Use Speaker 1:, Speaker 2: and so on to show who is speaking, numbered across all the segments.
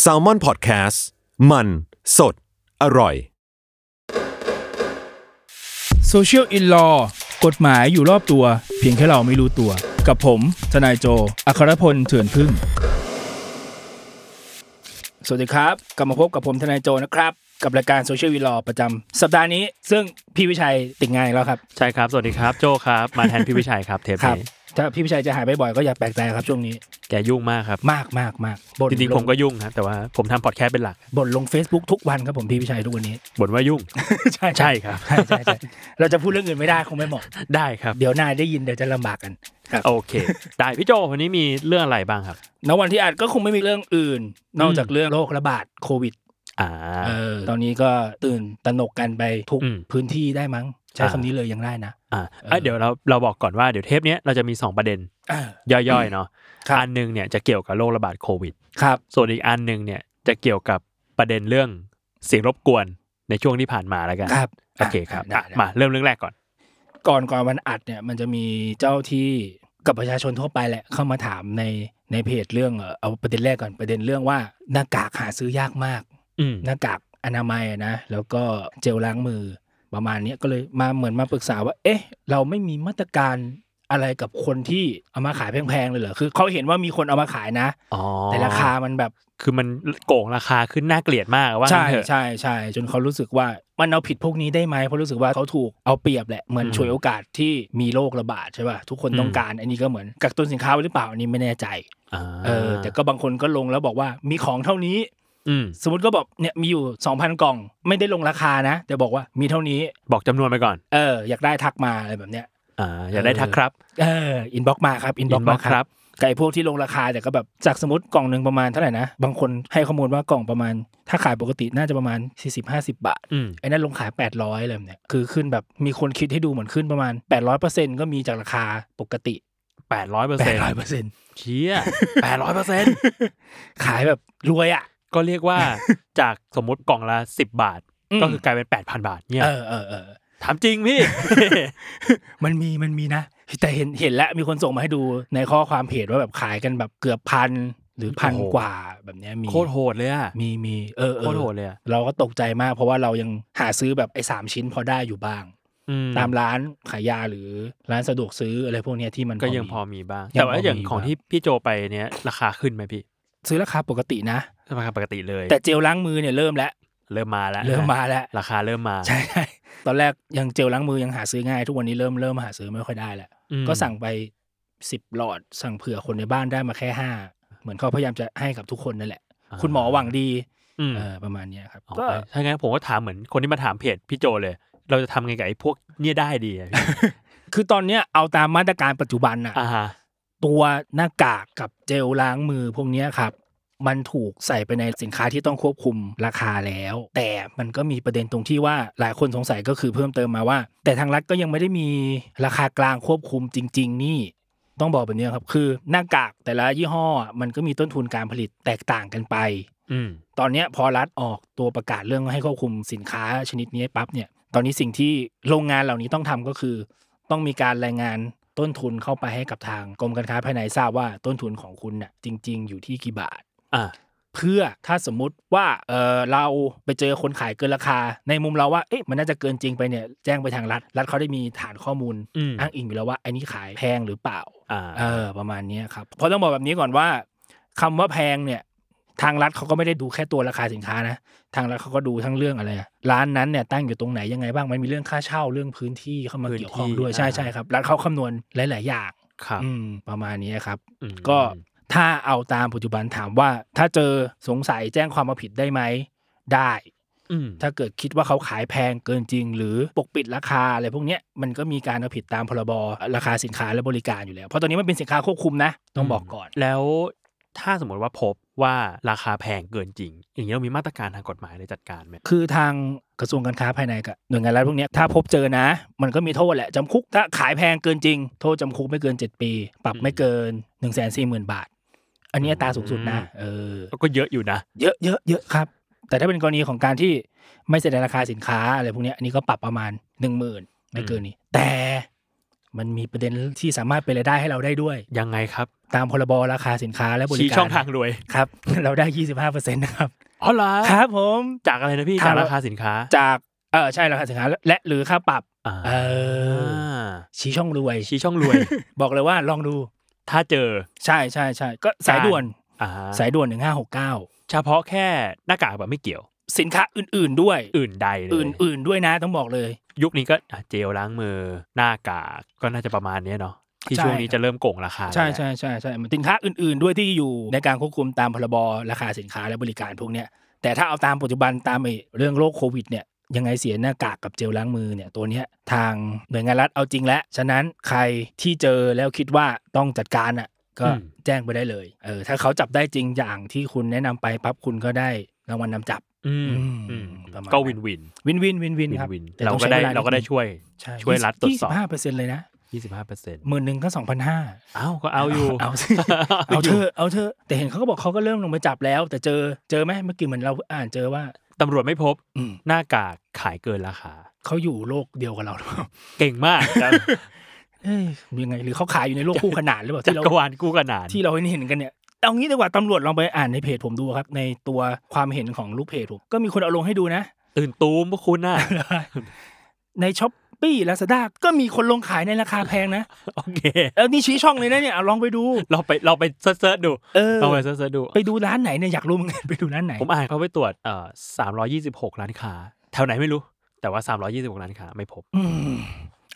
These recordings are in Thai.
Speaker 1: แซลมอนพอดแคสต์มันสดอร่อย
Speaker 2: Social in Law กฎหมายอยู่รอบตัว เพียงแค่เราไม่รู้ตัว กับผมทนายโจ อัครพลเถื่อนพึ่ง สวัสดีครับ กลับมาพบกับผมทนายโจนะครับ กับรายการ Social in Law ประจำสัปดาห์นี้ ซึ่งพี่วิชัยติดงานอีกแล้วครับ
Speaker 3: ใช่ครับ สวัสดีครับ โจครับ มาแทนพี่วิชัยครับ เทป
Speaker 2: ครับ
Speaker 3: นี้
Speaker 2: ถ้าพี่วิชัยจะหายไปบ่อยก็อย่าแปลกใจครับช่วงนี้
Speaker 3: แกยุ่งมากครับ
Speaker 2: มากมากมากบ่น
Speaker 3: จริง
Speaker 2: ล
Speaker 3: ๆผมก็ยุ่งครับแต่ว่าผมทำพอดแคสต์เป็นหลัก
Speaker 2: บ่นลง Facebook ทุกวันครับผมพี่วิชัยทุกวันนี้
Speaker 3: บ่นว่า ยุ่ง
Speaker 2: ใช่
Speaker 3: ใช่ครับ
Speaker 2: ใช่ใช่ใช่เราจะพูดเรื่องอื่นไม่ได้คงไม่เหมาะ
Speaker 3: ได้ครับ
Speaker 2: เดี๋ยวนายได้ยินเดี๋ยวจะลำบากกันครับ
Speaker 3: โอเค ได้พี่โจวันนี้มีเรื่องอะไรบ้างครับ
Speaker 2: ณวันที่อัดก็คงไม่มีเรื่องอื่น นอกจากเรื่องโรคระบาดโควิด
Speaker 3: อ่า
Speaker 2: เออตอนนี้ก็ตื่นตระหนกกันไปทุก
Speaker 3: อืม
Speaker 2: พื้นที่ได้มั้ง ใช้
Speaker 3: อ่า
Speaker 2: คำนี้เลยยังได้นะ
Speaker 3: อ่า
Speaker 2: เอ
Speaker 3: เอ้
Speaker 2: อ
Speaker 3: ยเดี๋ยวเราเราบอกก่อนว่าเดี๋ยวเทปเนี้ยเราจะมี 2 ประเด็น
Speaker 2: อ่า
Speaker 3: ย่อยๆเนาะ
Speaker 2: ครับ
Speaker 3: อันหนึงเนี่ยจะเกี่ยวกับโรคระบาดโควิด
Speaker 2: ครับ
Speaker 3: ส่วนอีกอันหนึงเนี่ยจะเกี่ยวกับประเด็นเรื่องเสียงรบกวนในช่วงที่ผ่านมาแล้วกัน
Speaker 2: ครับ
Speaker 3: โอเคครับ
Speaker 2: ได้
Speaker 3: อ่ะมาเริ่มเรื่องแรกก่อน
Speaker 2: ก่อนก่อนวันอัดเนี่ยมันจะมีเจ้าที่กับประชาชนทั่วไปแหละเข้ามาถามในในเพจเรื่องเอ่อเอาประเด็นแรกก่อนประเด็นเรื่องว่าหน้ากากหาซื้อยากมาก
Speaker 3: อืม
Speaker 2: หน้ากากอนามัยอะนะแล้วก็เจลล้างมือประมาณเนี้ยก็เลยมาเหมือนมาปรึกษาว่า เอ๊ะ เราไม่มีมาตรการอะไรกับคนที่เอามาขายแพงๆเลยเหรอคือเขาเห็นว่ามีคนเอามาขายนะ
Speaker 3: อ๋อ
Speaker 2: แต่ราคามันแบบ
Speaker 3: คือมันโก่งราคาขึ้นน่าเกลียดมากว่า
Speaker 2: ใช่
Speaker 3: งั้นเถอะ
Speaker 2: ใช่ใช่จนเขารู้สึกว่ามันเอาผิดพวกนี้ได้ไหมเพราะรู้สึกว่าเขาถูกเอาเปรียบแหละเหมือน
Speaker 3: อืม
Speaker 2: ช่วยโอกาสที่มีโรคระบาดใช่ป่ะทุกคน
Speaker 3: อืม
Speaker 2: ต้องการ อันนี้ก็เหมือนกักตุนสินค้าไว้หรือเปล่าอันนี้ไม่แน่ใจ
Speaker 3: อ่า
Speaker 2: เออแต่ก็บางคนก็ลงแล้วบอกว่ามีของเท่านี้
Speaker 3: อืม
Speaker 2: สมมติก็บอกเนี่ยมีอยู่ 2,000 กล่อง ไม่ได้ลงราคานะ แต่บอกว่ามีเท่านี้
Speaker 3: บอกจำนวนไปก่อน
Speaker 2: เอออยากได้ทักมาอะไรแบบเนี้ย
Speaker 3: อ่า อย่าได้
Speaker 2: เออ
Speaker 3: ทักครับ
Speaker 2: เอออินบ็อกมาครับอินบ็อก
Speaker 3: inbox
Speaker 2: มาครับกับไอ้พวกที่ลงราคาแต่ก็แบบจากสมมติกล่องหนึ่งประมาณเท่าไหร่นะ บางคนให้ข้อมูลว่ากล่องประมาณ ถ้าขายปกติน่าจะประมาณ 40-50 บาท
Speaker 3: อืม
Speaker 2: ไอ้นั่นลงขาย 800อะไรแบบเนี้ยคือขึ้นแบบมีคนคิดให้ดูเหมือนขึ้นประมาณ 800%ก็มีจากราคาปกติ
Speaker 3: แปดร้อยเปอร์เซ็นต์
Speaker 2: 800%
Speaker 3: เชี่ยแปดร้อยเปอร์เซ็น ต์
Speaker 2: ขายแบบรวยอ่ะ
Speaker 3: ก็เรียกว่า จากสมมติกล่องละสิบบาท
Speaker 2: อืม
Speaker 3: ก็คือกลายเป็นแปดพันบาท เนี่ย
Speaker 2: เออเออเออ
Speaker 3: ถามจริงพี่
Speaker 2: มันมีมันมีนะแต่เห็นเห็นแล้วมีคนส่งมาให้ดูในข้อความเพจว่าแบบขายกันแบบเกือบพันหรือพัน
Speaker 3: โอ้โห
Speaker 2: กว่าแบบเนี้ยมี
Speaker 3: โคตรโหดเลยอะ
Speaker 2: มีมีเออเอ
Speaker 3: โค
Speaker 2: อ
Speaker 3: ตรโหดเลยอะ
Speaker 2: เราก็ตกใจมากเพราะว่าเรายังหาซื้อแบบไอ้สามชิ้นพอได้อยู่บ้าง
Speaker 3: อืม
Speaker 2: ตามร้านขายยาหรือร้านสะดวกซื้ออะไรพวกเนี้ยที่มัน
Speaker 3: ก็ยังพอ
Speaker 2: มี
Speaker 3: มีบ้าง
Speaker 2: ยัง
Speaker 3: แต่ว่า
Speaker 2: พออ
Speaker 3: อย่าง
Speaker 2: มี
Speaker 3: ของ
Speaker 2: บ้าง
Speaker 3: ที่พี่โจไปเนี่ย ราคาขึ้นไหมพี่
Speaker 2: ซื้อราคาปกตินะ
Speaker 3: ราคาปกติเลย
Speaker 2: แต่เจลล้างมือเนี่ยเริ่มแล้ว
Speaker 3: เริ่มมาแล้ว
Speaker 2: เริ่มมาแล้ว
Speaker 3: ราคาเริ่มมา
Speaker 2: ใช่ใช่ตอนแรกยังเจลล้างมือยังหาซื้อง่าย ทุกวันนี้เริ่มเริ่มหาซื้อไม่ค่อยได้แล้ว
Speaker 3: อืม
Speaker 2: ก็สั่งไปสิบหลอด สั่งเผื่อคนในบ้านได้มาแค่ห้าเหมือนเขาพยายามจะให้กับทุกคนนั่นแหละ
Speaker 3: า
Speaker 2: คุณหมอหวังดี
Speaker 3: อืม
Speaker 2: เออประมาณเนี้ยครับ
Speaker 3: ออก
Speaker 2: ก็
Speaker 3: ไปถ้างั้นผมก็ถามเหมือนคนที่มาถามเพจพี่โจเลย เราจะทำไงกับไอ้พวกเนี่ยได้ดี อะพี่
Speaker 2: คือตอนเนี้ยเอาตามมาตรการปัจจุบันน่ะ
Speaker 3: อ่าฮะ
Speaker 2: ตัวหน้ากากกับเจลล้างมือพวกเนี้ยครับ มันถูกใส่ไปในสินค้าที่ต้องควบคุมราคาแล้ว แต่มันก็มีประเด็นตรงที่ว่าหลายคนสงสัยก็คือเพิ่มเติมมาว่า แต่ทางรัฐก็ยังไม่ได้มีราคากลางควบคุมจริง ๆ นี่ ต้องบอกแบบเนี้ยครับคือหน้ากากแต่ละยี่ห้ออ่ะมันก็มีต้นทุนการผลิตแตกต่างกันไป
Speaker 3: อืม
Speaker 2: ตอนเนี้ยพอรัฐออกตัวประกาศเรื่องให้ควบคุมสินค้าชนิดนี้ปั๊บเนี่ย ตอนนี้สิ่งที่โรงงานเหล่านี้ต้องทำก็คือ ต้องมีการรายงานต้นทุนเข้าไปให้กับทางกรมการค้าภายในทราบว่าต้นทุนของคุณน่ะจริง ๆ อยู่ที่กี่บาท
Speaker 3: อ่า
Speaker 2: เพื่อถ้าสมมุติว่าเออเราไปเจอคนขายเกินราคา ในมุมเราว่าเอ๊ะมันน่าจะเกินจริงไปเนี่ยแจ้งไปทางรัฐรัฐเขาได้มีฐานข้อมูล
Speaker 3: อืม
Speaker 2: อ้างอิงอยู่แล้วว่าไอ้นี่ขายแพงหรือเปล่า
Speaker 3: อ่า
Speaker 2: เออประมาณเนี้ยครับเพราะต้องบอกแบบนี้ก่อนว่าคำว่าแพงเนี่ย ทางรัฐเขาก็ไม่ได้ดูแค่ตัวราคาสินค้านะ ทางรัฐเขาก็ดูทั้งเรื่องอะไรอะร้านนั้นเนี่ยตั้งอยู่ตรงไหนยังไงบ้างมันมีเรื่องค่าเช่าเรื่องพื้นที่เข้ามา
Speaker 3: พื้นที่
Speaker 2: เกี่ยวข้องด้วย
Speaker 3: อ่า
Speaker 2: ใช่ใช่ครับรัฐเขาคำนวณหลาย ๆ อย่าง
Speaker 3: ครับ
Speaker 2: อืมประมาณนี้ครับ
Speaker 3: อืม
Speaker 2: ก็ถ้าเอาตามปัจจุบันถามว่า ถ้าเจอสงสัยแจ้งความมาผิดได้ไหมได้
Speaker 3: อืม
Speaker 2: ถ้าเกิดคิดว่าเขาขายแพงเกินจริง หรือปกปิดราคาอะไรพวกเนี้ยมันก็มีการเอาผิดตามพรบราคาสินค้าและบริการอยู่แล้ว เพราะตอนนี้มันเป็นสินค้าควบคุมนะ ต้องบอกก่อน
Speaker 3: แล้ว ถ้าสมมติว่าพบว่าราคาแพงเกินจริง อย่างนี้เรามีมาตรการทางกฎหมายในจัดการไหม
Speaker 2: คือทางกระทรวงการค้าภายในกับหน่วยงานรัฐพวกเนี้ยถ้าพบเจอนะ มันก็มีโทษแหละจำคุกถ้าขายแพงเกินจริง โทษจำคุกไม่เกิน 7 ปี ปรับไม่เกิน 1 4 0 0 0 0 บาท อันนี้อัตราสูงสุดนะเออ
Speaker 3: แล้วก็เยอะอยู่นะ
Speaker 2: เยอะเยอะเยอะครับ แต่ถ้าเป็นกรณีของการที่ไม่แสดงราคาสินค้าอะไรพวกเนี้ยอันนี้ก็ปรับประมาณหนึ่งหมื่นไม่เกินนี้ แต่มันมีประเด็นที่สามารถเป็นรายได้ให้เราได้ด้วย
Speaker 3: ยังไงครับ
Speaker 2: ตามพรบราคาสินค้าและบริ
Speaker 3: ชี้
Speaker 2: การ
Speaker 3: ช่องทางรวย
Speaker 2: ครับ เราได้ยี่สิบห้าเปอร์เซ็นต์นะครับ
Speaker 3: อ๋อเหรอ
Speaker 2: ครับผม
Speaker 3: จากอะไรนะพี่
Speaker 2: ทา
Speaker 3: จาง กราคาสินค้า
Speaker 2: จากเออใช่ราคาสินค้าและหรือค่าปรับ
Speaker 3: อ่า
Speaker 2: เออ ชี้ช่องรวย
Speaker 3: ชี้ช่องร วย
Speaker 2: บอกเลยว่าลองดู
Speaker 3: ถ้าเจอ
Speaker 2: ใช่ใช่ใช่ก็สายด่วน
Speaker 3: อ่า
Speaker 2: สายด่วนหนึ่งห้าหกเก้า
Speaker 3: เฉพาะแค่หน้ากากแบบไม่เกี่ยว
Speaker 2: สินค้าอื่น ๆด้วย
Speaker 3: อื่นใดเลย
Speaker 2: อื่น ๆ ด้วยนะต้องบอกเลย
Speaker 3: ยุคนี้ก็อ่ะเจลล้างมือหน้ากากก็น่าจะประมาณเนี้ยเนาะที่
Speaker 2: ใช่
Speaker 3: ช่วง
Speaker 2: ค
Speaker 3: นี้
Speaker 2: รับ
Speaker 3: จะเริ่มโกงราคา
Speaker 2: ใช่
Speaker 3: แล้ว
Speaker 2: ใช่ใช่ใช่มันสินค้าอื่น ๆ ด้วยที่อยู่ในการควบคุมตามพรบราคาสินค้าและบริการพวกเนี้ยแต่ถ้าเอาตามปัจจุบันตามไอ้เรื่องโรคโควิดเนี่ยยังไงเสียหน้ากากกับเจลล้างมือเนี่ยตัวเนี้ยทางหน่วยงานรัฐเอาจริงแล้ว ฉะนั้นใครที่เจอแล้วคิดว่าต้องจัดการอ่ะก็แจ้งไปได้เลยเออถ้าเขาจับได้จริงอย่างที่คุณแนะนำไปปั๊บคุณก็ได้รางวัลนำจับ
Speaker 3: อืม
Speaker 2: อื
Speaker 3: อื
Speaker 2: ม
Speaker 3: ม
Speaker 2: ประมาณ
Speaker 3: ก็วินวิน
Speaker 2: วินวินวินวิน
Speaker 3: วิน
Speaker 2: ครับ
Speaker 3: วิน
Speaker 2: แต่
Speaker 3: เรา
Speaker 2: ต้อง
Speaker 3: ก็
Speaker 2: ใช้
Speaker 3: ได้
Speaker 2: วลนิ
Speaker 3: เราก็ได้ช่วย ช่วยรัฐตรวจสอบ
Speaker 2: ยี่สิบห้าเปอร์เซ็นต์เลยนะ
Speaker 3: 25เปอร์เซ็นต์
Speaker 2: หมื่นหนึ่งก็สองพันห้า
Speaker 3: อ้าวก็เอาอยู่
Speaker 2: เอาสิ เอาเธอะเอาเธอะแต่เห็นเขาก็บอกเขาก็เริ่มลงไปจับแล้ว แต่เจอเจอไหมเมื่อกี้เหมือนเราอ่านเจอว่า
Speaker 3: ตำรวจไม่พบ
Speaker 2: อืม
Speaker 3: หน้ากากขายเกินราคา
Speaker 2: เขาอยู่โลกเดียวกับเราหรือเปล่า
Speaker 3: เก่งมากจัง
Speaker 2: เอ้ยยังไงหรือเขาขายอยู่ในโลกคู่ขนานหรือเปล่า
Speaker 3: จั
Speaker 2: ที่เรา
Speaker 3: กรวาลกู้ขนาน
Speaker 2: ที่เราเห็นกันเนี่ยเอางี้ดีกว่าตำรวจลองไปอ่านในเพจผมดูครับ ในตัวความเห็นของลูกเพจผมก็มีคนเอาลงให้ดูนะ
Speaker 3: ตื่นตูมพวกคุณ น่ะ
Speaker 2: ในช้อปปี้ลาซาด้าก็มีคนลงขายในราคาแพงนะ
Speaker 3: โอเค
Speaker 2: เออนี่ชี้ช่องเลยนะเนี่ยเอาลองไปดู
Speaker 3: เราไปเราไปเซิร์ชๆดู
Speaker 2: เออ
Speaker 3: เราไปเซิร์ชๆดู
Speaker 2: ไปดูร้านไหนเนี่ยอยากรู้เหมือน กันไปดูร้านไหน
Speaker 3: ผมอ่านเขาไปตรวจเอ่อสามร้อยี่สิบหกร้านค้า แถวไหนไม่รู้ แต่ว่าสามร้อยี่สิบหกร้านค้าไม่พบ
Speaker 2: อืม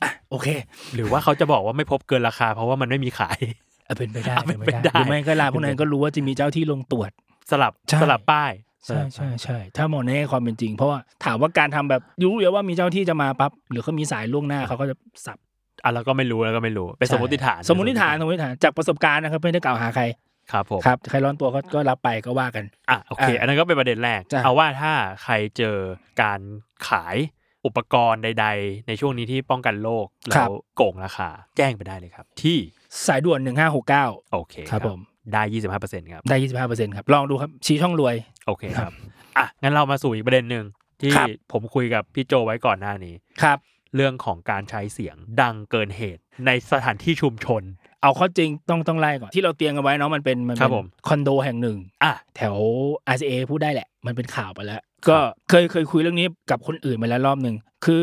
Speaker 2: อ่ะโอเค
Speaker 3: หรือว่าเขาจะบอกว่าไม่พบเกินราคา เพราะว่ามันไม่มีขาย
Speaker 2: เออเป็นไปได้
Speaker 3: อ่ะ
Speaker 2: เป็นไป
Speaker 3: เป็นไปได้
Speaker 2: ได้หรือไม่ก็ลาพวกนั้นก็รู้ว่าจะมีเจ้าที่ลงตรวจ
Speaker 3: สลับ
Speaker 2: ใช่
Speaker 3: สลับป้าย
Speaker 2: ใช่ใช่ใช่ถ้ามองในแง่ความเป็นจริง เพราะว่าถามว่าการทำแบบรู้อยู่แล้วว่ามีเจ้าที่จะมาปั๊บหรือเขามีสายล่วงหน้าเขาก็จะสับ
Speaker 3: อ่ะแล้วก็ไม่รู้แล้วก็ไม่รู้เป็นสมมติฐาน
Speaker 2: สมมติฐานสมมติฐานจากประสบการณ์นะครับไม่ได้กล่าวหาใคร
Speaker 3: ครับผม
Speaker 2: ครับใครร้อนตัวก็ก็รับไปก็ว่ากัน
Speaker 3: อ่ะโอเค
Speaker 2: อ่ะ
Speaker 3: อันนั้นก็เป็นประเด็นแรก
Speaker 2: จ้ะ
Speaker 3: เอาว่าถ้าใครเจอการขายอุปกรณ์ใด ๆ ในช่วงนี้ที่ป้องกันโรคแล้วโกงราคา แจ้งไปได้เลยครับ ที่
Speaker 2: สายด่วน 1569
Speaker 3: โอเค
Speaker 2: ครับผม
Speaker 3: ได้ยี่สิบห้าเปอร์เซ็นต์ครับ
Speaker 2: ได้ 25%ครับ ลองดูครับ ชี้ช่องรวย
Speaker 3: โอเคครับ อ่ะ งั้นเรามาสู่อีกประเด็นหนึ่งที่
Speaker 2: ครับ
Speaker 3: ผมคุยกับพี่โจไว้ก่อนหน้านี้
Speaker 2: ครับ
Speaker 3: เรื่องของการใช้เสียงดังเกินเหตุ ในสถานที่ชุมชน
Speaker 2: เอาเข้อจริงต้องต้องไล่ก่อนที่เราเตรียมกันไว้เนาะมันเป็นมัน
Speaker 3: ครั
Speaker 2: เป็น
Speaker 3: บผม
Speaker 2: คอนโดแห่งหนึ่ง
Speaker 3: อ่ะ
Speaker 2: แถว RCA พูดได้แหละ มันเป็นข่าวไปแล้ว ก็เคยเคยคุยเรื่องนี้กับคนอื่นมาแล้วรอบหนึ่ง คือ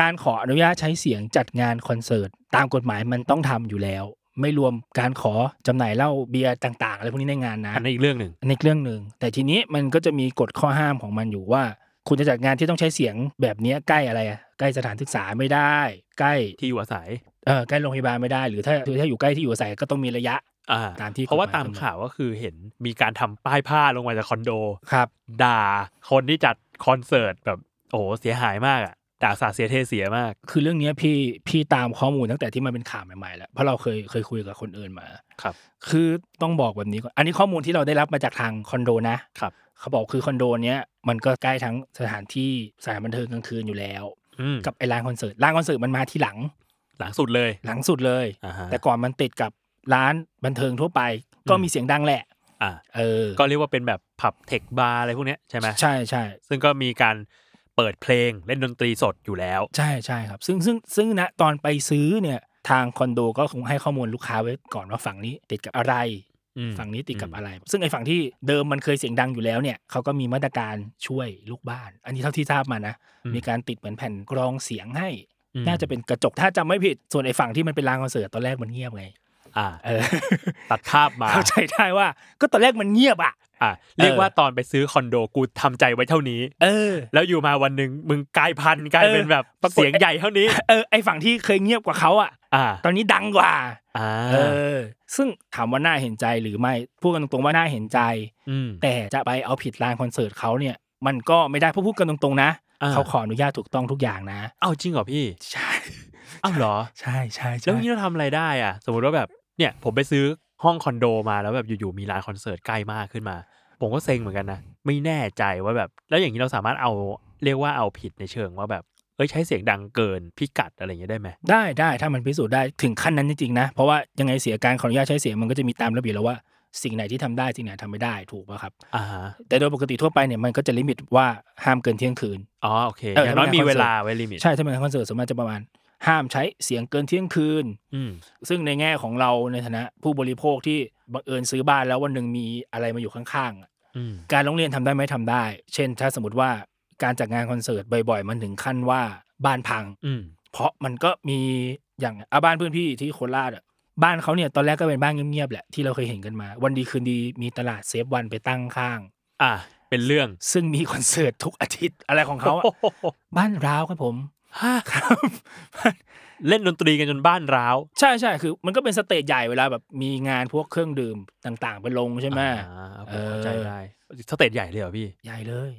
Speaker 2: การขออนุญาตใช้เสียงจัดงานคอนเสิร์ต ตามกฎหมายมันต้องทำอยู่แล้ว ไม่รวมการขอจำหน่ายเหล้าเบียร์ต่างๆอะไรพวกนี้ในงานนะ
Speaker 3: อันนี้อีกเรื่องหนึ่ง
Speaker 2: อันนี้เรื่องหนึ่ง แต่ทีนี้มันก็จะมีกฎข้อห้ามของมันอยู่ว่า คุณจะจัดงานที่ต้องใช้เสียงแบบเนี้ยใกล้อะไรอะใกล้สถานศึกษาไม่ได้ ใกล้
Speaker 3: ที่อยู่อาศัย
Speaker 2: เออใกล้โรงพยาบาลไม่ได้ หรือถ้าถ้าอยู่ใกล้ที่อยู่อาศัยก็ต้องมีระยะ
Speaker 3: อ่า
Speaker 2: ตามที่
Speaker 3: เพราะว่าตาม
Speaker 2: กฎหมายกำหนด
Speaker 3: ข่าวก็คือเห็นมีการทำป้ายผ้าลงมาจากคอนโด
Speaker 2: ครับ
Speaker 3: ด่าคนที่จัดคอนเสิร์ตแบบโอ้โหเสียหายมากอ่ะ ด่าสาดเสียเทเสียมาก
Speaker 2: คือเรื่องเนี้ยพี่พี่ตามข้อมูลตั้งแต่ที่มันเป็นข่าวใหม่ๆแล้วเพราะเราเคยเคยคุยกับคนอื่นมา
Speaker 3: ครับ
Speaker 2: คือต้องบอกแบบนี้ก่อนอันนี้ข้อมูลที่เราได้รับมาจากทางคอนโดนะครับ เขาบอกคือคอนโดเนี้ยมันก็ใกล้ทั้งสถานที่สถานบันเทิงกลางคืนอยู่แล้ว
Speaker 3: อืม
Speaker 2: กับไอ้ร้านคอนเสิร์ตร้านคอนเสิร์ตมันมาที่หลัง
Speaker 3: หลังสุดเลย
Speaker 2: หลังสุดเลย
Speaker 3: อ่าฮะ
Speaker 2: แต่ก่อนมันติดกับร้านบันเทิงทั่วไป ก็มีเสียงดังแหละ
Speaker 3: อ่ะ
Speaker 2: เออ
Speaker 3: ก็เรียกว่าเป็นแบบผับเทคบาร์อะไรพวกเนี้ยใช่ไหม
Speaker 2: ใช่ใช่
Speaker 3: ซึ่งก็มีการเปิดเพลงเล่นดนตรีสดอยู่แล้ว
Speaker 2: ใช่ใช่ครับ ซึ่งซึ่งซึ่งนะตอนไปซื้อเนี่ยทางคอนโดก็คงให้ข้อมูลลูกค้าไว้ก่อนว่าฝั่งนี้ติดกับอะไร
Speaker 3: อืม
Speaker 2: ฝั่งนี้ติดกับอะไร ซึ่งไอ้ฝั่งที่เดิมมันเคยเสียงดังอยู่แล้วเนี่ยเขาก็มีมาตรการช่วยลูกบ้าน อันนี้เท่าที่ทราบมานะ
Speaker 3: อืม
Speaker 2: มีการติดเหมือนแผ่นกรองเสียงให้
Speaker 3: อืม
Speaker 2: น่าจะเป็นกระจกถ้าจำไม่ผิด ส่วนไอ้ฝั่งที่มันเป็นรางคอนเสิร์ตตอนแรกมันเงียบไง
Speaker 3: อ่า
Speaker 2: เออ
Speaker 3: ตัดภาพมา
Speaker 2: เข้าใจได้ว่า ก็ตอนแรกมันเงียบอ่ะ
Speaker 3: อ่ะเรียกว่าตอนไปซื้อคอนโดกูทำใจไว้เท่านี้
Speaker 2: เออ
Speaker 3: แล้วอยู่มาวันหนึ่งมึงกลายพันธุ์กลายเป็นแบบ
Speaker 2: ปรากฏ
Speaker 3: เสียงใหญ่เท่านี้
Speaker 2: เออไอ้ฝั่งที่เคยเงียบกว่าเขาอ่ะ
Speaker 3: อ่า
Speaker 2: ตอนนี้ดังกว่า
Speaker 3: อ่า
Speaker 2: เออ ซึ่งถามว่าน่าเห็นใจหรือไม่พูดกันตรงๆว่าน่าเห็นใจ
Speaker 3: อืม
Speaker 2: แต่จะไปเอาผิดรานคอนเสิร์ตเขาเนี่ย มันก็ไม่ได้เพราะพูดกันตรงๆนะ
Speaker 3: อ่า
Speaker 2: เขาขออนุญาตถูกต้องทุกอย่างนะ
Speaker 3: เอาจริงเหรอพี่
Speaker 2: ใช่
Speaker 3: อ้าวเหรอ
Speaker 2: ใช่ใช่
Speaker 3: แล้
Speaker 2: ใช่
Speaker 3: วนี่เราทำอะไรได้อ่ะ สมมติว่าแบบเนี่ยผมไปซื้อ ห้องคอนโดมาแล้วแบบอยู่ๆมีร้านคอนเสิร์ตใกล้มากขึ้นมา ผมก็เซ็งเหมือนกันนะ ไม่แน่ใจว่าแบบ แล้วอย่างนี้เราสามารถเอาเรียกว่าเอาผิดในเชิงว่าแบบเอ้ยใช้เสียงดังเกินพิกัดอะไรอย่างเงี้ยได้ไหม
Speaker 2: ได้ได้ถ้ามันพิสูจน์ได้ถึงขั้นนั้นจริงๆนะ เพราะว่ายังไงเสียการขออนุญาตใช้เสียงมันก็จะมีตามระเบียบแล้วว่าสิ่งไหนที่ทำได้สิ่งไหนทำไม่ได้ถูกป่ะครับ
Speaker 3: อ่าฮะ
Speaker 2: แต่โดยปกติทั่วไปเนี่ยมันก็จะลิมิตว่าห้ามเกินเที่ยงคืน
Speaker 3: อ๋อโอเคอ
Speaker 2: เออ
Speaker 3: ย่างน้อยมีเวลาไว้ลิมิต
Speaker 2: ใช่ถ้าเป็นคอนเสิร์ตส่วนมากจะประมาณ ห้ามใช้เสียงเกินเที่ยงคืน
Speaker 3: อืม
Speaker 2: ซึ่งในแง่ของเราในฐานะผู้บริโภคที่บังเอิญซื้อบ้านแล้ววันหนึ่งมีอะไรมาอยู่ข้างๆอะ
Speaker 3: อืม
Speaker 2: การร้องเรียนทำได้ไหมทำได้ เช่น ถ้าสมมติว่าการจัดงานคอนเสิร์ตบ่อยๆ มันถึงขั้นว่าบ้านพัง
Speaker 3: อืม
Speaker 2: เพราะมันก็มีอย่างอาบ้านเพื่อนพี่ที่โคราชอะบ้านเขาเนี่ยตอนแรกก็เป็นบ้านเงียบๆแหละที่เราเคยเห็นกันมา วันดีคืนดีมีตลาดเซฟวันไปตั้งข้าง
Speaker 3: อ่ะเป็นเรื่อง
Speaker 2: ซึ่งมีคอนเสิร์ตทุกอาทิตย์อะไรของเขาอะ
Speaker 3: โอ้โห
Speaker 2: บ้านร้าวครับผม
Speaker 3: ฮะ
Speaker 2: ครับ
Speaker 3: เล่นดนตรีกันจนบ้านร้าว
Speaker 2: ใช่ใช่คือมันก็เป็นสเตจใหญ่เวลาแบบมีงานพวกเครื่องดื่มต่างๆ ไปลงใช่ไหม
Speaker 3: อ่าผ
Speaker 2: เออ
Speaker 3: มเข้าใจได้สเตจใหญ่เลยเหรอพี่
Speaker 2: ใหญ่เลย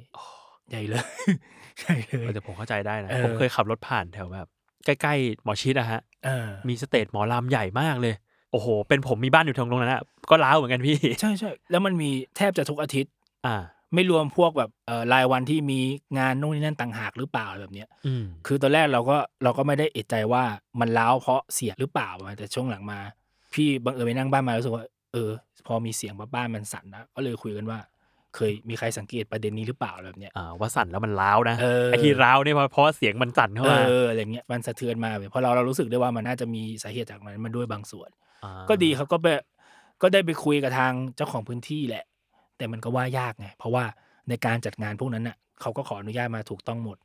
Speaker 2: ใหญ่เลย ใหญ่เลย
Speaker 3: เออแต่ผมเข้าใจได้นะ
Speaker 2: เออ
Speaker 3: ผมเคยขับรถผ่านแถวแบบ ใกล้ๆหมอชิดอะฮะ
Speaker 2: เออ
Speaker 3: มีสเตจหมอลำใหญ่มากเลย โอ้โห เป็นผมมีบ้านอยู่ทางตรงนั้นอะก็ร้าวเหมือนกันพี่
Speaker 2: ใช่ใช่แล้วมันมีแทบจะทุกอาทิตย์
Speaker 3: อ่า
Speaker 2: ไม่รวมพวกแบบเอ่อรายวันที่มีงานนู่นนี่นั่นต่างหากหรือเปล่าอะไรแบบเนี้ย
Speaker 3: อืม
Speaker 2: คือตอนแรกเราก็เราก็ไม่ได้เอะใจว่ามันล้าวเพราะเสียงหรือเปล่าอะแต่ช่วงหลังมา พี่บังเอิญไปนั่งบ้านมารู้สึกว่าเออ พอมีเสียงว่าบ้านมันสั่นนะก็เลยคุยกันว่า เคยมีใครสังเกตประเด็นนี้หรือเปล่าอะไรแบบเนี้ย
Speaker 3: อ่า ว่าสั่นแล้วมันร้าวนะ
Speaker 2: เออ
Speaker 3: ไอที่ร้าวเนี่ยเพราะเพราะเสียงมันสั่นเข้า
Speaker 2: เอ
Speaker 3: มา
Speaker 2: ออะไรเงี้ยมันสะเทือนมาเว้ยเพราะเราเรารู้สึกได้ว่ามันน่าจะมีสาเหตุจากนั้นมาด้วยบางส่วน
Speaker 3: า
Speaker 2: ก็ดีครับก็ไปก็ได้ไปคุยกับทางเจ้าของพื้นที่แหละ แต่มันก็ว่ายากไงเพราะว่าในการจัดงานพวกนั้นน่ะเขาก็ขออนุญาตมาถูกต้องหมด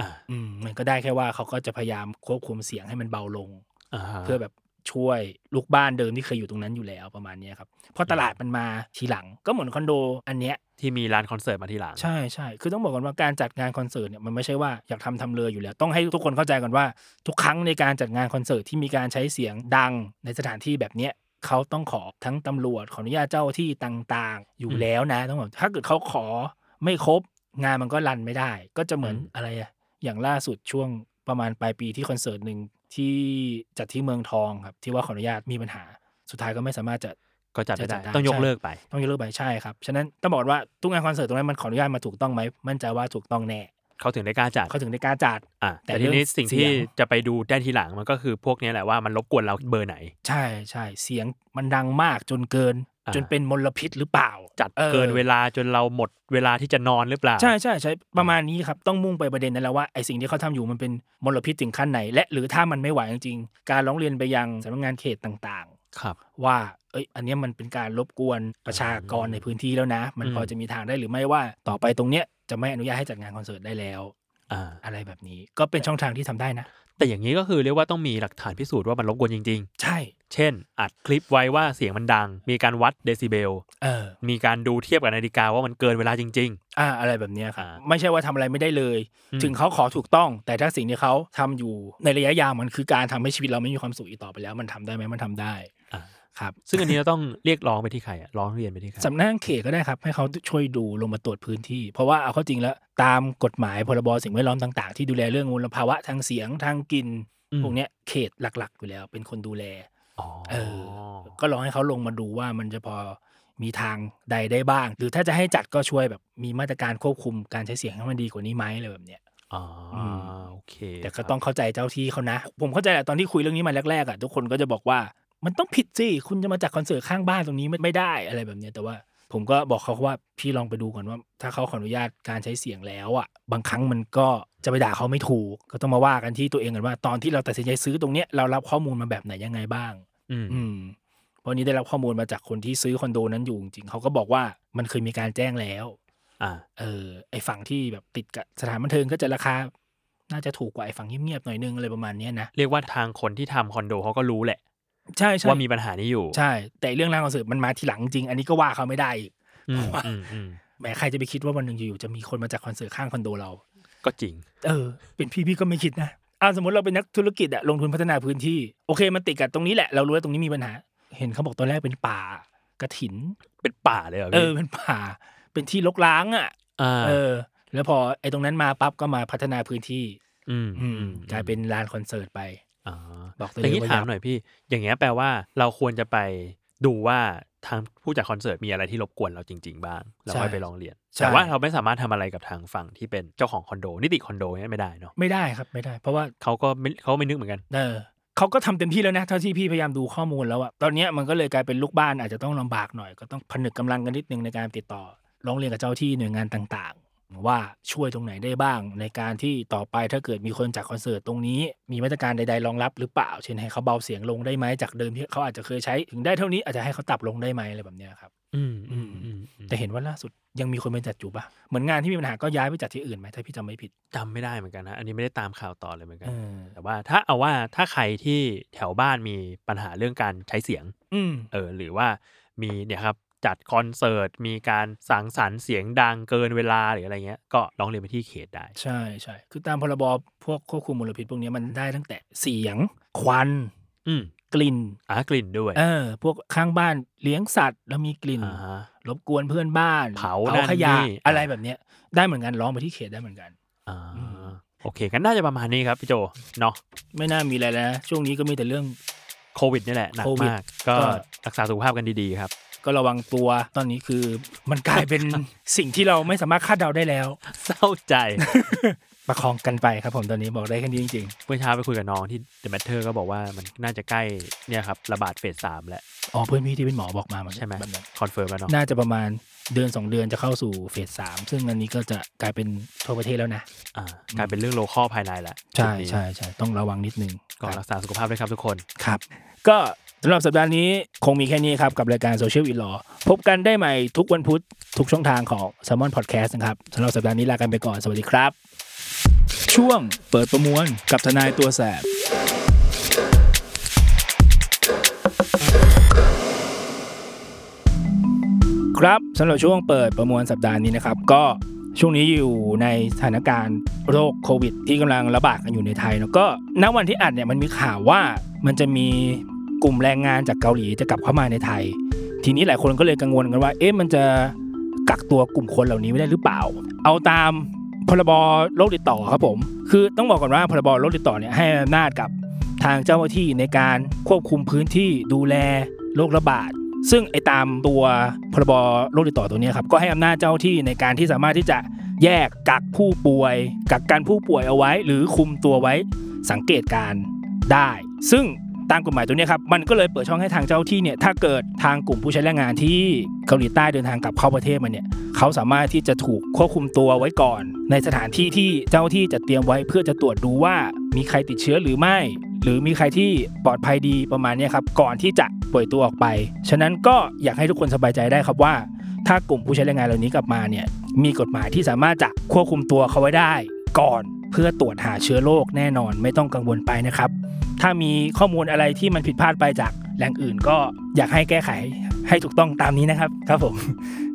Speaker 3: อ่า
Speaker 2: อืมมันก็ได้แค่ว่าเขาก็จะพยายามควบคุมเสียงให้มันเบาลง
Speaker 3: อ่าฮะ
Speaker 2: เพื่อแบบช่วยลูกบ้านเดิมที่เคยอยู่ตรงนั้นอยู่แล้วประมาณเนี้ยครับเพราะตลาดมันมาทีหลังก็เหมือนคอนโดอันเนี้ย
Speaker 3: ที่มีร้านคอนเสิร์ตมาทีหลัง
Speaker 2: ใช่ใช่คือต้องบอกก่อนว่าการจัดงานคอนเสิร์ตเนี่ยมันไม่ใช่ว่าอยากทำทำเลยอยู่แล้ว ต้องให้ทุกคนเข้าใจก่อนว่า ทุกครั้งในการจัดงานคอนเสิร์ตที่มีการใช้เสียงดังในสถานที่แบบเนี้ยเขาต้องขอทั้งตำรวจขออนุญาตเจ้าที่ต่างๆ อยู่แล้วนะต้องบอกถ้าเกิดเขาขอไม่ครบงานมันก็รันไม่ได้ ก็จะเหมือนอะไรอะอย่างล่าสุดช่วงประมาณปลายปีที่คอนเสิร์ตหนึ่งที่จัดที่เมืองทองครับที่ว่าขออนุญาตมีปัญหา สุดท้ายก็ไม่สามารถจะ
Speaker 3: ก็จัดไม่
Speaker 2: จะ
Speaker 3: ได้
Speaker 2: จัดได้
Speaker 3: ต้องยก
Speaker 2: ใช่
Speaker 3: เลิกไป
Speaker 2: ต้องยกเลิกไปใช่ครับ ฉะนั้นต้องบอกว่าทุกงานคอนเสิร์ตตรงนั้นมันขออนุญาตมาถูกต้องไหมมั่นใจว่าถูกต้องแน่
Speaker 3: เขาถึงได้กล้าจัด
Speaker 2: เขาถึงได้กล้าจัด
Speaker 3: อ่า
Speaker 2: แต่
Speaker 3: แต่ทีนี้
Speaker 2: เรื่อง
Speaker 3: สิ่ง
Speaker 2: เสียง
Speaker 3: ที่จะไปดูได้ทีหลังมันก็คือพวกเนี้ยแหละว่ามันรบกวนเราเบอร์ไหน
Speaker 2: ใช่ใช่เสียงมันดังมากจนเกิน
Speaker 3: อ่า
Speaker 2: จนเป็นมลพิษหรือเปล่า
Speaker 3: จัด
Speaker 2: ออ
Speaker 3: เกินเวลาจนเราหมดเวลาที่จะนอนหรือเปล่า
Speaker 2: ใช่ใช่ใช่ประมาณนี้ครับ ต้องมุ่งไปประเด็นนั้นแล้วว่าไอสิ่งที่เขาทำอยู่มันเป็นมลพิษถึงขั้นไหน และหรือถ้ามันไม่ไหวจริงๆการร้องเรียนไปยังสำนักงานเขตต่าง
Speaker 3: ครับ
Speaker 2: ๆ ว่าเอ้ยอันเนี้ยมันเป็นการรบกวนประชากรในพื้นที่แล้วนะ มัน
Speaker 3: อืม
Speaker 2: พอจะมีทางได้หรือไม่ว่าต่อไปตรงเนี้ยจะไม่อนุญาตให้จัดงานคอนเสิร์ตได้แล้ว
Speaker 3: อ่า
Speaker 2: อะไรแบบนี้ก็เป็นช่องทางที่ทำได้นะ
Speaker 3: แต่อย่างนี้ก็คือเรียกว่าต้องมีหลักฐานพิสูจน์ว่ามันรบกวนจริง
Speaker 2: ใช่
Speaker 3: ๆ เช่น อัดคลิปไว้ว่าเสียงมันดัง มีการวัดเดซิเบล
Speaker 2: เออ
Speaker 3: มีการดูเทียบกับนาฬิกาว่ามันเกินเวลาจริง
Speaker 2: อ่าอะไรแบบเนี้ยครับ
Speaker 3: อ่า
Speaker 2: ไม่ใช่ว่าทำอะไรไม่ได้เลย
Speaker 3: อืม
Speaker 2: ถึงเขาขอถูกต้อง แต่ถ้าสิ่งที่เขาทำอยู่ในระยะยาวมันคือการทำให้ชีวิตเราไม่มีความสุขอีกต่อไปแล้ว มันทำได้ไหมมันทำได้
Speaker 3: ๆอ่า
Speaker 2: ครับ
Speaker 3: ซึ่งอันนี้เราต้องเรียกร้องไปที่ใครอะร้องเรียนไปที่ใคร
Speaker 2: สำนักงานเขตก็ได้ครับให้เขาช่วยดูลงมาตรวจพื้นที่ เพราะว่าเอาเข้าจริงแล้ว ตามกฎหมายพรบสิ่งแวดล้อมต่างๆ ที่ดูแลเรื่องมลภาวะทางเสียงทางกลิ่น
Speaker 3: อืม
Speaker 2: พวกเนี้ยเขตหลักๆอยู่แล้ว เป็นคนดูแล
Speaker 3: อ๋อ
Speaker 2: เออ ก็ลองให้เขาลงมาดูว่ามันจะพอมีทางใดได้บ้าง หรือถ้าจะให้จัดก็ช่วยแบบมีมาตรการควบคุมการใช้เสียงให้มันดีกว่านี้ไหมอะไรแบบเนี้ย
Speaker 3: อ๋ออ
Speaker 2: ม
Speaker 3: โอเค
Speaker 2: แต่ก็ต้องเข้าใจเจ้าที่เขานะ ผมเข้าใจแหละตอนที่คุยเรื่องนี้มาแรกๆอ่ะทุกคนก็จะบอกว่ามันต้องผิดสิคุณจะมาจัดคอนเสิร์ตข้างบ้านตรงนี้ไม่ไม่ได้อะไรแบบเนี้ยแต่ว่าผมก็บอกเขาว่าพี่ลองไปดูก่อนว่า ถ้าเขาขออนุญาตการใช้เสียงแล้วอ่ะบางครั้งมันก็จะไปด่าเขาไม่ถูก ก็ต้องมาว่ากันที่ตัวเองกันว่า ตอนที่เราตัดสินใจซื้อตรงเนี้ยเรารับข้อมูลมาแบบไหนยังไงบ้าง
Speaker 3: อืม
Speaker 2: อืมวันนี้ได้รับข้อมูลมาจากคนที่ซื้อคอนโดนั้นอยู่จริงๆเขาก็บอกว่ามันเคยมีการแจ้งแล้ว
Speaker 3: อ่า
Speaker 2: เออ ไอฝั่งที่แบบติดกับสถานบันเทิงก็จะราคา น่าจะถูกกว่าไอฝั่งเงียบๆหน่อยนึงอะไรประมาณเนี้ยนะ
Speaker 3: เรียกว่าทางคนที่ทำคอนโดเขาก็รู้แหละ
Speaker 2: ใช่ใช่
Speaker 3: ว่ามีปัญหานี้อยู่
Speaker 2: ใช่ แต่เรื่องรางคอนเสิร์ตมันมาทีหลังจริง อันนี้ก็ว่าเขาไม่ได้อีก
Speaker 3: อืม
Speaker 2: เพราะว่า
Speaker 3: อืมอืม
Speaker 2: แหมใครจะไปคิดว่าวันหนึ่งอยู่ๆจะมีคนมาจากคอนเสิร์ตข้างคอนโดเรา
Speaker 3: ก็จริง
Speaker 2: เออ เป็นพี่พี่ก็ไม่คิดนะอ่าสมมติเราเป็นนักธุรกิจอะลงทุนพัฒนาพื้นที่ โอเค มันติดกับตรงนี้แหละ เรารู้ว่าตรงนี้มีปัญหา เห็นเขาบอกตอนแรกเป็นป่ากระถิน
Speaker 3: เป็นป่าเลยเหรอ
Speaker 2: เอ
Speaker 3: พี่
Speaker 2: อ เป็นป่า เป็นที่รกร้างอ่ะ
Speaker 3: อ่า
Speaker 2: เออ แล้วพอไอ้ตรงนั้นมาปั๊บก็มาพัฒนาพื้นที่
Speaker 3: อืม
Speaker 2: อื
Speaker 3: อื
Speaker 2: ม
Speaker 3: ม
Speaker 2: กลายเป็นลานคอนเสิร์ตไป
Speaker 3: อ่า
Speaker 2: บอกตัว
Speaker 3: อย่าง
Speaker 2: เอ
Speaker 3: นี้
Speaker 2: งว่า
Speaker 3: ถามหน่อยพี่ อย่างเงี้ยแปลว่าเราควรจะไป ดูว่าทางผู้จัดคอนเสิร์ตมีอะไรที่รบกวนเราจริง ๆ บ้างเรา
Speaker 2: ใช่
Speaker 3: ค่อยไปร้องเรียน
Speaker 2: ใช่
Speaker 3: แต่ว่าเราไม่สามารถทำอะไรกับทางฝั่งที่เป็นเจ้าของคอนโด นิติคอนโดเนี่ยไม่ได้เนาะ
Speaker 2: ไม่ได้ครับไม่ได้ เพราะว่า
Speaker 3: เขาก็ไม่เขาไม่นึกเหมือนกัน
Speaker 2: เออเขาก็ทำเต็มที่แล้วนะเท่าที่พี่พยายามดูข้อมูลแล้วอะตอนเนี้ยมันก็เลยกลายเป็นลูกบ้านอาจจะต้องลำบากหน่อย ก็ต้องผนึกกำลังกันนิดนึงในการติดต่อร้องเรียนกับเจ้าที่หน่วยงานต่างๆ ว่าช่วยตรงไหนได้บ้าง ในการที่ต่อไปถ้าเกิดมีคนจากคอนเสิร์ตตรงนี้ มีมาตรการใดๆรองรับหรือเปล่า เช่นให้เขาเบาเสียงลงได้ไหมจากเดิมที่เขาอาจจะเคยใช้ถึงได้เท่านี้อาจจะให้เขาตับลงได้ไหมอะไรแบบเนี้ยครับ
Speaker 3: อืมอืมอืม
Speaker 2: แต่เห็นว่าล่าสุดยังมีคนไปจัดอยู่ปะเหมือนงานที่มีปัญหาก็ย้ายไปจัดที่อื่นไหมถ้าพี่จำไม่ผิด
Speaker 3: จำไม่ได้เหมือนกันนะอันนี้ไม่ได้ตามข่าวต่อเลยเหมือนกั
Speaker 2: เอน อ
Speaker 3: แต่ว่าถ้าเอาว่าถ้าใครที่แถวบ้านมีปัญหาเรื่องการใช้เสียง
Speaker 2: อืม
Speaker 3: เออหรือว่ามีเนี่ยครับจัดคอนเสิร์ตมีการสังสรรค์เสียงดังเกินเวลาหรืออะไรเงี้ย ก็ร้องเรียนไปที่เขตได้
Speaker 2: ใช่ใช่ คือตามพรบพวกควบคุมมลพิษพวกเนี้ยมันได้ตั้งแต่เสียง ควัน
Speaker 3: อืม
Speaker 2: กลิ่น
Speaker 3: อ่ากลิ่นด้วย
Speaker 2: เออ พวกข้างบ้านเลี้ยงสัตว์ แล้วมีกลิ่น
Speaker 3: อ่าฮะ
Speaker 2: รบกวนเพื่อนบ้าน
Speaker 3: เผา
Speaker 2: ขยะ
Speaker 3: นั่นนี่
Speaker 2: อะไรแบบเนี้ย ได้เหมือนกันร้องไปที่เขตได้เหมือนกัน
Speaker 3: อ่า
Speaker 2: อืม
Speaker 3: โอเคกันน่าจะประมาณนี้ครับพี่โจเนาะ
Speaker 2: ไม่น่ามีอะไรแล้วนะช่วงนี้ก็มีแต่เรื่อง
Speaker 3: โควิดนี่แหละหนัก
Speaker 2: โควิด
Speaker 3: มาก ก็
Speaker 2: ก็
Speaker 3: รักษาสุขภาพกันดีๆครับ
Speaker 2: ก็ระวังตัว ตอนนี้คือมันกลายเป็น สิ่งที่เราไม่สามารถคาดเดาได้แล้ว
Speaker 3: เศร้า ใจ
Speaker 2: ประคองกันไปครับผมตอนนี้บอกได้แค่นี้จริง
Speaker 3: เมื่อเช้าไปคุยกับน้องที่ The Matter ก็บอกว่ามันน่าจะใกล้เนี่ยครับระบาดเฟสสามแล้ว
Speaker 2: ๆ อ๋อเพื่อนพี่ที่เป็นหมอบอกมาเหมือนกัน
Speaker 3: ใช่ไหม
Speaker 2: แบบนั้น
Speaker 3: คอนเฟิร์มแล้วเนาะ
Speaker 2: น่าจะประมาณเดือน 2 เดือนจะเข้าสู่เฟสสามซึ่งอันนี้ก็จะกลายเป็นทั่วประเทศแล้วนะ
Speaker 3: อ่ากลายเป็นเรื่องโลคอภายในละ
Speaker 2: ใช่
Speaker 3: จุดนี้
Speaker 2: ใช่ใช่ต้องระวังนิดนึง
Speaker 3: ก็
Speaker 2: ค
Speaker 3: รั
Speaker 2: รับ
Speaker 3: กษาสุขภาพด้วยครับทุกคน
Speaker 2: ครับ ก็สำหรับสัปดาห์นี้คงมีแค่นี้ครับ กับรายการโซเชียลอีลอพบกันได้ใหม่ทุกวันพุธ ทุกช่องทางของ s ซ l m o n Podcast นะครับสำหรับสัปดาห์นี้ลากันไปก่อน สวัสดีครับ ช่วงเปิดประมวลกับทนายตัวแสบครับสำหรับช่วงเปิดประมวลสัปดาห์นี้นะครับ ก็ช่วงนี้อยู่ในสถานการณ์โรคโควิด ที่กำลังระบาดกันอยู่ในไทยเนอะก็ณวันที่อัดเนี่ยมันมีข่าวว่ามันจะมีกลุ่มแรงงานจากเกาหลีจะกลับเข้ามาในไทย ทีนี้หลายคนก็เลยกังวลกันว่า เอ๊ะมันจะกักตัวกลุ่มคนเหล่านี้ไม่ได้หรือเปล่า เอาตามพรบโรคติดต่อครับผม คือต้องบอกก่อนว่าพรบโรคติดต่อเนี่ยให้อำนาจกับทางเจ้าหน้าที่ในการควบคุมพื้นที่ดูแลโรคระบาด ซึ่งไอ้ตามตัวพรบโรคติดต่อตัวเนี้ยครับก็ให้อำนาจเจ้าหน้าที่ในการที่สามารถที่จะแยกกักผู้ป่วย กักกันผู้ป่วยเอาไว้ หรือคุมตัวไว้สังเกตการณ์ได้ ซึ่ง ตามกฎหมายตัวเนี้ยครับมันก็เลยเปิดช่องให้ทางเจ้าที่เนี่ยถ้าเกิดทางกลุ่มผู้ใช้แรงงานที่เกาหลีใต้เดินทางกลับเข้าประเทศมาเนี่ยเขาสามารถที่จะถูกควบคุมตัวไว้ก่อน ในสถานที่ที่เจ้าที่จะเตรียมไว้เพื่อจะตรวจดูว่ามีใครติดเชื้อหรือไม่ หรือมีใครที่ปลอดภัยดีประมาณเนี้ยครับก่อนที่จะปล่อยตัวออกไป ฉะนั้นก็อยากให้ทุกคนสบายใจได้ครับว่า ถ้ากลุ่มผู้ใช้แรงงานเหล่านี้กลับมาเนี่ยมีกฎหมายที่สามารถจะควบคุมตัวเขาไว้ได้ ก่อนเพื่อตรวจหาเชื้อโรคแน่นอนไม่ต้องกังวลไปนะครับ ถ้ามีข้อมูลอะไรที่มันผิดพลาดไปจากแหล่งอื่นก็อยากให้แก้ไข ให้ถูกต้องตามนี้นะครับ ครับผม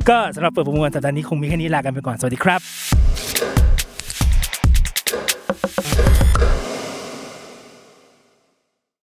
Speaker 2: ก็สำหรับเปิดประมวลสัปดาห์นี้คงมีแค่นี้ลากันไปก่อน สวัสดีครับ